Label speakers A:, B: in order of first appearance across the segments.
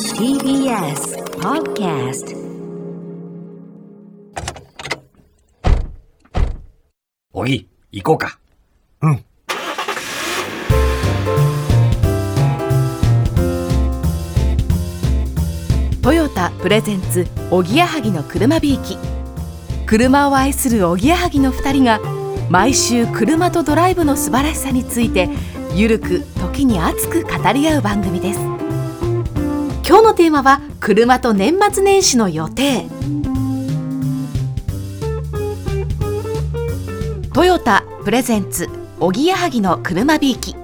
A: TBS Podcast
B: おぎ、行こうか。
C: トヨタプレゼンツおぎやはぎの車びいき車を愛するおぎやはぎの2人が毎週車とドライブの素晴らしさについてゆるく時に熱く語り合う番組です今日のテーマは車と年末年始の予定トヨタプレゼンツおぎやはぎの車びいき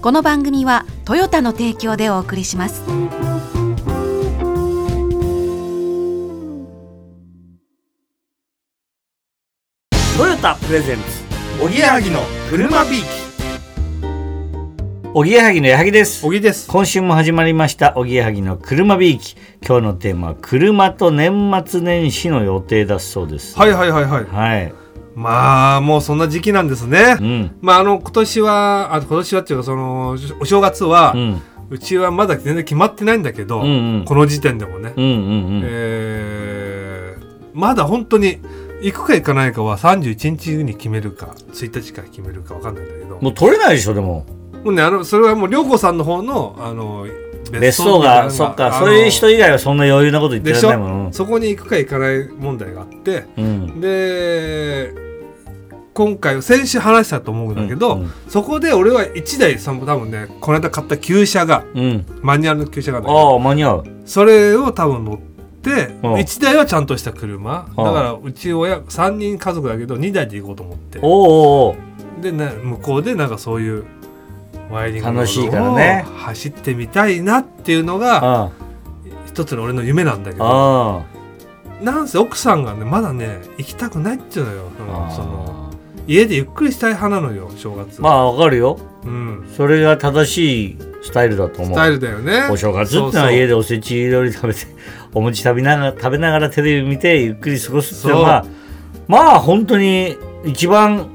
C: この番組はトヨタの提供でお送りします
B: トヨタプレゼンツ、
D: おぎやはぎの車ビー
B: おぎやはぎの矢作です
D: お。ぎです。
B: 今週も始まりました、おぎやはぎの車びいき。今日のテーマは、車と年末年始の予定だそうです。
D: はいはいはいはい。
B: はい。
D: まあ、もうそんな時期なんですね
B: う。ん。
D: まあ、あの、今年は、あ今年はっていうか、その、お正月は、
B: う。
D: うんちはまだ全然決まってないんだけど、
B: うんうん
D: この時点でもね、
B: うんうんうん。
D: えーまだ本当に、行くか行かないかは31日に決めるか、1日から決めるかわかんないんだけど、
B: もう取れないでしょ、でも。
D: もうね、あの、それはもう、良子さんの方の、あの、
B: 別荘が、そっか、そういう人
D: い
B: 以外はそんな余裕なこと言って
D: で
B: ら
D: し
B: れないも
D: ょ
B: ん。
D: そこに行くか行かない問題があって、
B: うん。
D: で今回先週話したと思うんだけど、
B: うんうん
D: そこで俺は1台さ多分ねこの間買った旧車が
B: うん。
D: マニュアルの旧車があるんだけど
B: ああ、間に合う。
D: それを多分乗って
B: うん
D: 1台はちゃんとした車だからうち親3人家族だけど2台で行こうと思って
B: おうおう
D: でな向こうでなんかそういうワイリングの
B: 楽しいからね
D: を走ってみたいなっていうの
B: おう。
D: が
B: あ
D: 一つの俺の夢なんだけ
B: あ。
D: ど
B: ああ。
D: なんせ奥さんがねまだね行きたくないっていうのよそのその
B: ああ
D: 家でゆっくりしたい派なのよ正月
B: まあ、わかるよ。
D: うん
B: それが正しいスタイルだと思う。
D: スタイルだよね
B: お正月っての
D: そうそ
B: は
D: う
B: 家でおせち料理食べてお餅食べながら食べながらテレビ見てゆっくり過ごすっていうのはまあ本当に一番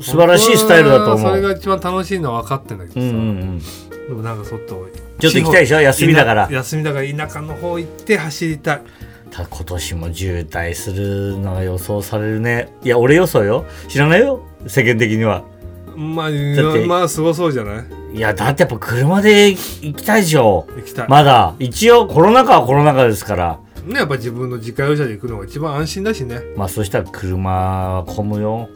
B: 素晴らしいスタイルだと思
D: 本当はそれ
B: う。
D: が一番楽しいのは分かってんだけど
B: うんう
D: さ、
B: んうん、
D: でもなんか外
B: ちょっと行きたいでしょ休みだから
D: 田休みだから田舎の方行って走りたい
B: た今年も渋滞するのが予想されるねいや俺予想よ知らないよ世間的には
D: まあ
B: って
D: まあすごそうじゃない
B: いやだってやっぱ車で行きたいでしょ
D: 行きたい、
B: まだ一応コロナ禍はコロナ禍ですから
D: ねやっぱ自分の自家用車で行くのが一番安心だしね
B: まあそしたら車は混むよ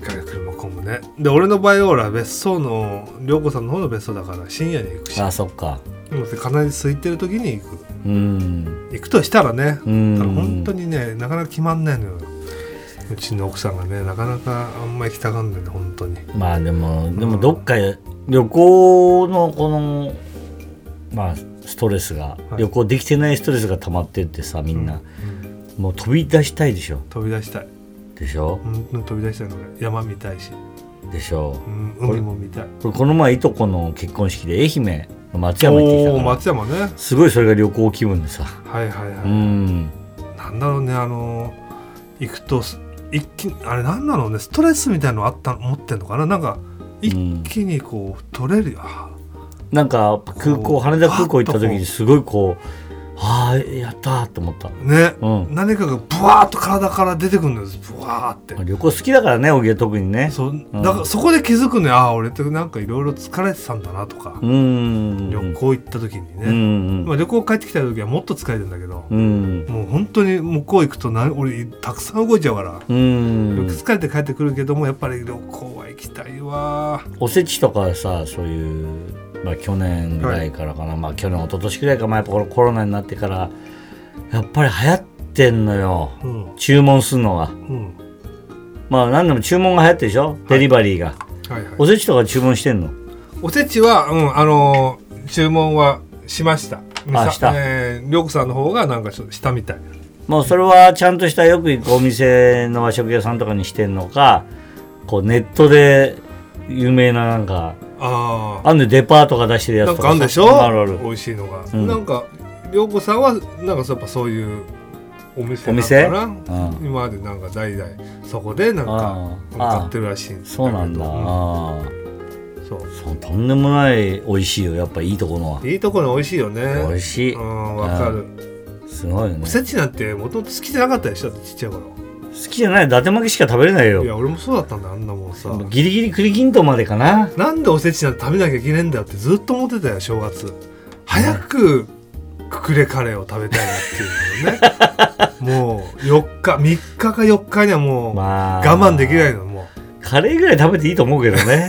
D: 確かに車混むねで俺の場合は俺は別荘の涼子さんの方の別荘だから深夜に行くし
B: あそっか
D: でもかなり空いてる時に行く
B: うん
D: 行くとしたらね
B: うん
D: ただ本当にねなかなか決まんないのようちの奥さんがねなかなかあんまり行きたがんないの本当に
B: まあでもでもどっかへ旅行のこのまあストレスが、
D: はい
B: 旅行できてないストレスが溜まってってさみんな、もう飛び出したいでしょ
D: 飛び出したい
B: でしょ
D: 本当に飛び出したいのが山見たいし、
B: でしょ
D: うん、
B: これ
D: 海も見たい
B: これこの前いとこの結婚式で愛媛の松山行ってきた
D: お
B: か
D: おー
B: ら
D: 松山ね
B: すごいそれが旅行気分でさ
D: はいはいは
B: う
D: い、
B: ん
D: なんだろうねあの行くとす一気にあれなんだろうねストレスみたいのあった持ってんのかななんか一気にこう取れるよあ
B: なんか空港
D: こう
B: 羽田空港行った時
D: あっ
B: に
D: と
B: すごいこうああやったーって思った
D: ーね、
B: うん
D: 何かがブワーッと体から出てくるのよブワーって
B: 旅行好きだからねおぎは特にね
D: そうだからそこで気づくね、ああ俺ってなんかいろいろ疲れてたんだなとか、
B: うん
D: 旅行行った時に
B: うん
D: ね、
B: うん
D: まあ、旅行帰ってきた時はもっと疲れてんだけど、
B: うん。
D: もう本当に向こう行くとな俺たくさん動いちゃうから、
B: うん
D: よく疲れて帰ってくるけどもやっぱり旅行は行きたいわ
B: おせちとかさそういう、まあ、去年ぐらいからかな、まあ去年一昨年ぐらいか、まあ、やっぱこのコロナになってからやっぱり流行ってんのよ
D: うん
B: 注文するのが
D: うん
B: まあ何でも注文が流行ってるでしょデリバリーが、
D: はいはい
B: おせちとか注文してんの
D: おせちは、うん、あのー注文はしました
B: あ
D: さ
B: した
D: えー、涼子さんの方がなんかちょっとしたみたい
B: もうそれはちゃんとしたよく行くお店の和食屋さんとかにしてんのかこうネットで有名ななんか
D: ああ
B: あんでデパートが出してるや
D: な
B: つ
D: ん
B: と
D: か
B: か
D: あるんでしょ
B: あるある
D: 美味しいのが、
B: ん
D: なんか涼子さんはなんかそうやっぱそういうお店なのかな
B: お店うん
D: 今までなんか代々そこでなん
B: あ
D: か
B: あ
D: 買ってるらしいんだけど
B: そうなんだ、ああ
D: うんそう
B: そうとんでもない美味しいよやっぱいいとこのはい
D: いとこに美味しいよね
B: 美味しい
D: うんわかる
B: すごいよね
D: お
B: 好
D: せちなんてもともと好きじゃなかったでしょだってちっちゃい頃
B: きじゃない伊達巻きしか食べれない
D: い
B: よ
D: や俺もそうだったんだあんなもんさ
B: ギリギリ栗きんとんまでかな
D: なんでおせちなんて食べなきゃいけねえんだよってずっと思ってたよ正月早くくくれカレーを食べたいなって いうのをねもう4日3日か4日にはもう
B: まあ
D: 我慢できないのも
B: カレーぐらい食べていいと思うけど ね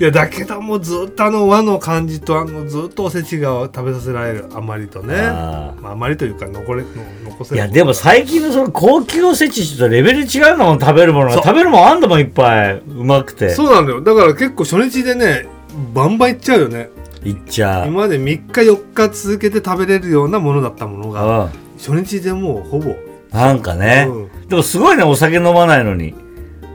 D: ういやだけどもうずっとあの和の感じとあのずっとおせちが食べさせられるあまりとね
B: あー
D: まあ、あまりというか残れ残せ
B: い
D: る
B: やでも最近のその高級おせちとレベル違うのもん食べるものが
D: そう
B: 食べるもんあんだもんいっぱいうまくて
D: そうなんだよだから結構初日でねバンバンいっちゃうよね
B: いっちゃう
D: 今まで3日4日続けて食べれるようなものだったもの
B: う
D: が
B: ん
D: 初日でもうほぼ
B: なんかね、
D: う
B: でもすごいねお酒飲まないのに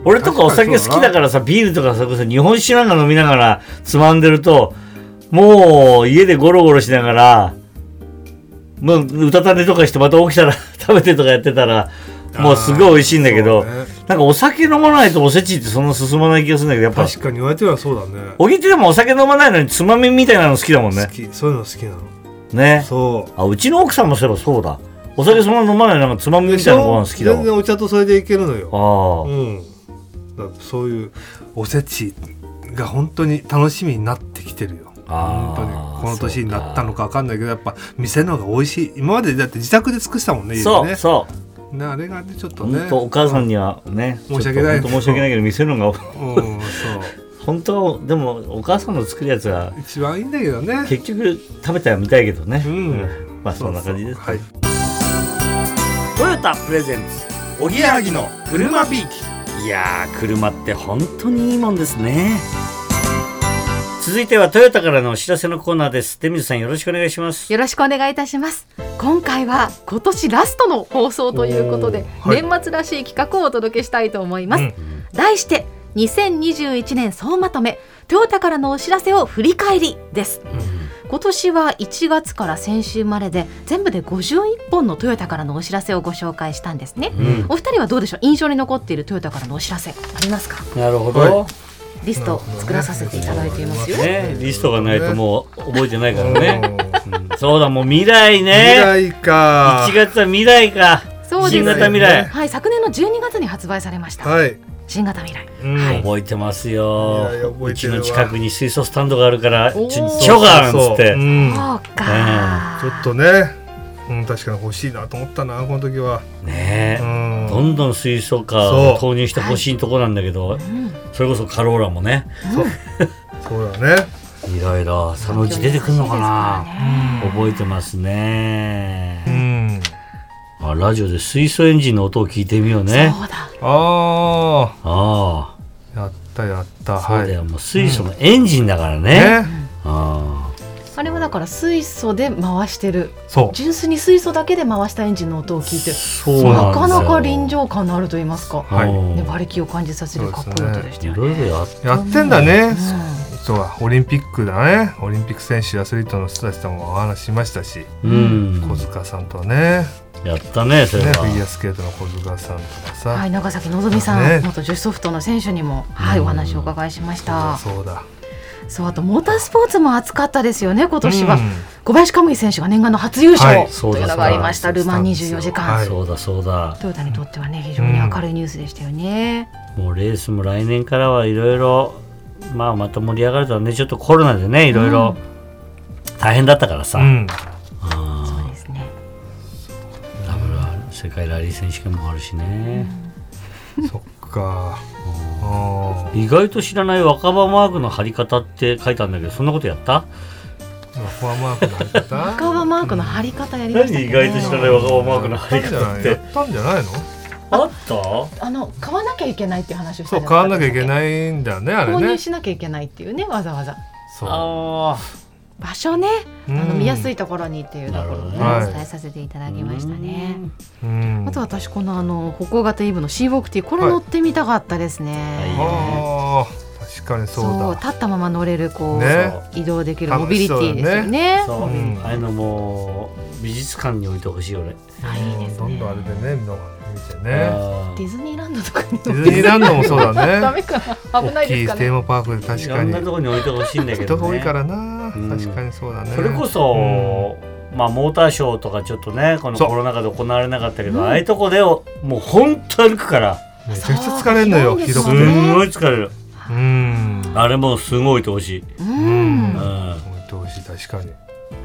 B: 俺とかお酒好
D: 確かにそう
B: き
D: だな
B: だからさビールとかそれこそ日本酒なんか飲みながらつまんでるともう家でゴロゴロしながらもううたた寝とかしてまた起きたら 食べてとかやってたらもうすごい美味しいんだけど、
D: あーそうね
B: なんかお酒飲まないとおせちってそんな進まない気がするんだけどやっぱ
D: 確かに言われてみればそうだね
B: 小木ってでもお酒飲まないのにつまみみたいなの好きだもんね
D: 好きそういうの好きなの
B: ね
D: そ
B: あうちの奥さんもそういえばそうだお酒そんな飲まないのになんかつま
D: う
B: みみたいなご飯好きだ
D: 全
B: わ
D: 然お茶とそれでいけるのよ
B: ああ
D: うんだからそういうおせちが本当に楽しみになってきてるよ
B: あー
D: 本当にこの年になったのか分かんないけどやっぱ店の方が美味しい今までだって自宅で尽くしたもんね家で
B: そう、
D: ね
B: そう
D: ねあれがねちょっとね
B: 本当お母さんにはね
D: 申し訳ない
B: ちょっと本当申し訳ないけど見せるのが
D: うん
B: 本当でもお母さんの作るやつは
D: そう一番いいんだけ どね
B: 結局食べたら見たいけどね、
D: うん
B: まあそんな感じです
D: そうそうは
B: ト
D: い
B: ヨタプレゼンツおぎやはぎの車ビーキいやー車って本当にいいもんですね続いてはトヨタからのお知らせのコーナーです出水さんよろしくお願いします
C: よろしくお願いいたします今回は今年ラストの放送ということで、
D: おーはい
C: 年末らしい企画をお届けしたいと思います、
D: うん
C: 題して2021年総まとめトヨタからのお知らせを振り返りです今年は1月から先週までで全部で51本のトヨタからのお知らせをご紹介したんですね、
B: ん
C: お二人はどうでしょう印象に残っているトヨタからのお知らせありますか
B: なるほ
D: どは
C: リストを作らさせていただいていますよ、
D: なる
B: ねリストがないともう覚えてないから
D: う
B: ね、
D: ん
B: うんそうだもう未来
D: 未
B: ね
D: 来か
B: 1月は未来か
C: そうです
B: 新型未来
C: はい昨年の12月に発売されました、
D: はい
C: 新型未来
D: うん
C: はい
B: 覚えてますよ
D: いやいや覚え
B: う
D: て
B: ち
D: るわ
B: の近くに水素スタンドがあるからち
C: お
B: ょ
C: ー
B: ちょがんっつっ
D: そうそうそう
B: て
D: う
C: そ
D: ん
C: うか、
D: ちょっとねうん確かに欲しいなと思ったなこの時は
B: ね
D: う
B: え
D: ん
B: どんどん水素カーを投入してほしいとこなんだけど
C: うん
B: それこそカローラもね
D: そうだね
B: いろいろそのうち出てくるのかな
D: うん
B: 覚えてます
D: う
B: ね
D: ん
B: あラジオで水素エンジンの音を聞いてみようね
C: そうだ
D: あ
B: ああ
D: あやったやった
B: そう
D: はい
B: だよもう水素のエンジンだからね
D: ね
B: ああ
C: あれはだから水素で回してる
D: そう
C: 純粋に水素だけで回したエンジンの音を聞いて
B: そう
C: な
B: なん
C: か
B: ですよ
C: なか臨場感のあると言いますか、
D: はい
B: うん
C: ね、馬力を感じさせるかっこいい音でした
B: い
C: よ
B: ろいろ
C: ね。
B: やっ
D: やってんだね
C: う
D: そうだオリンピックだねオリンピック選手アスリートの人たちともお話ししましたし
B: うん
D: 小塚さんとはね
B: やったねそ
D: ね
B: れ
D: フ
B: は
D: ィギュアスケートの小塚さんとかさ、
C: んはい、長崎のぞみさん、
D: ね
C: 元女子ソフトの選手にも、はい、
B: うん
C: お話をお伺いしました。
D: そうだ
C: そう、あとモータースポーツも熱かったですよね、今年は
D: うん。
C: 小林可夢選手が念願の初優
D: は
C: 勝
D: い
B: そう
C: と
B: だ
C: いうのがありました。
D: そうだ
C: ルマン24時間、
D: はい
B: そうだそうだ
C: トヨタにとってはね、非常に明るいニュースでしたよね。
B: もうレースも来年からはいろいろまあまた盛り上がるだろうねちょっとコロナでねいろいろ大変だったからさ、
D: うん
B: あ
C: そうですね。
B: ーダブルある世界ラリー選手権もあるしね、
D: そっかあ
B: 意外と知らない若葉マークの貼り方って書いたんだけどそんなことやった
D: あフォアマークの貼り方
C: 赤羽マークの貼り方やりましたけど、ね。
B: 若葉
D: やったんじゃないの
B: あった
C: あの買わなきゃいけないっていう話をした
D: そう
C: じ
D: 変
C: ゃ
D: わんなきゃいけ
C: い。
D: ないんだよねあれ
C: 購入
D: ね
C: しなきゃいけないっていうね、わざわざ。
D: そう
B: あ
C: 場所ね、
D: うん
C: あの見やすいところにっていうところをね、
D: なるほどね
C: お伝えさせていただきましたね。
D: うん
C: あと私このあの歩行型イブのシーウォークティーこれ乗ってみたかったですね。
D: あー確かにそう
C: そう
D: だ
C: 立ったまま乗れるこう、
D: ね
C: 移動できるモビリティですよね。
B: そう、
C: モビリティ
B: ああいうのもう美術館に置いてほしい俺
C: あいいですね
D: どんどんあれでね見逃見て
B: あ
D: ね
B: ー
C: ディズニーランドとかに
D: ディズニーランドもそう だ
C: ダ
D: ね
C: メかな危な
D: 大
C: い
D: き
C: で
D: い
C: すか
D: テー
C: ね
D: マパークで確
B: い
D: か
B: ろんなと
D: に
B: こに置いてほしいんだけど、ね、
D: 人が多いからな
B: うん
D: 確かにそうだね
B: それこそ、まあ、モーターショーとかちょっとねこの
D: そう
B: コロナ禍で行われなかったけど、ああいうとこでもう本当歩くから
D: めちゃくちゃ疲れんの
C: そ
D: よ
C: う
D: ひど
B: す
D: く
B: ん
D: て
B: ごい疲れる
D: うん
B: あれもすごいとほしい、
D: うん
B: うん、
D: 置
B: ない
D: てほしい確かに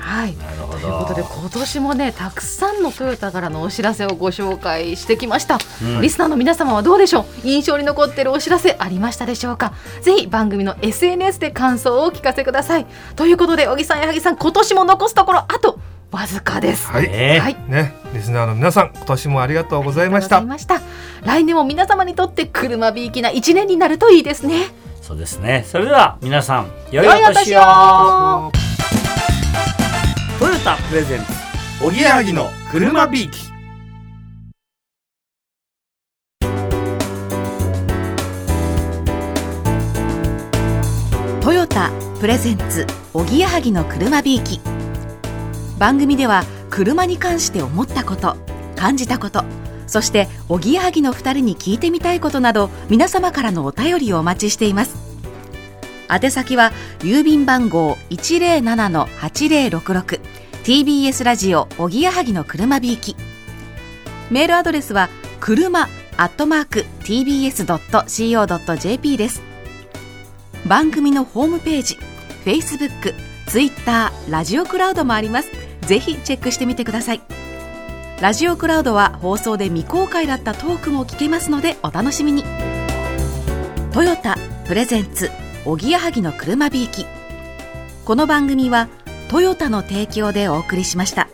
C: はい
B: るほ
C: ということで
B: ど
C: 今年もねたくさんのトヨタからのお知らせをご紹介してきました、
B: うん
C: リスナーの皆様はどうでしょう印象に残っているお知らせありましたでしょうかぜひ番組の SNS で感想をお聞かせくださいということで小木さん矢作さん今年も残すところあとわずかです
D: はい
B: ね
C: はい
D: ねリスナーの皆さん今年もありがとうございまし
C: あ
D: た
C: りがとうございました来年も皆様にとって車びいきな一年になるといいですね
B: そうですねそれでは皆さん良い
C: 良い
B: お
C: お
B: 年
C: 年
B: を
C: を
B: トヨタプレゼンツおぎやはぎの車びいき
E: トヨタプレゼンツおぎやはぎの車びいき番組では車に関して思ったこと感じたことそしておぎやはぎの2人に聞いてみたいことなど皆様からのお便りをお待ちしています宛先は郵便番号 107-8066TBS ラジオおぎやはぎの車びいきメールアドレスは車アットマーク TBS.CO.jp です番組のホームページ Facebook、Twitter、ラジオクラウドもありますぜひチェックしてみてくださいラジオクラウドは放送で未公開だったトークも聞けますのでお楽しみにトヨタプレゼンツおぎやはぎの車びいきこの番組はトヨタの提供でお送りしました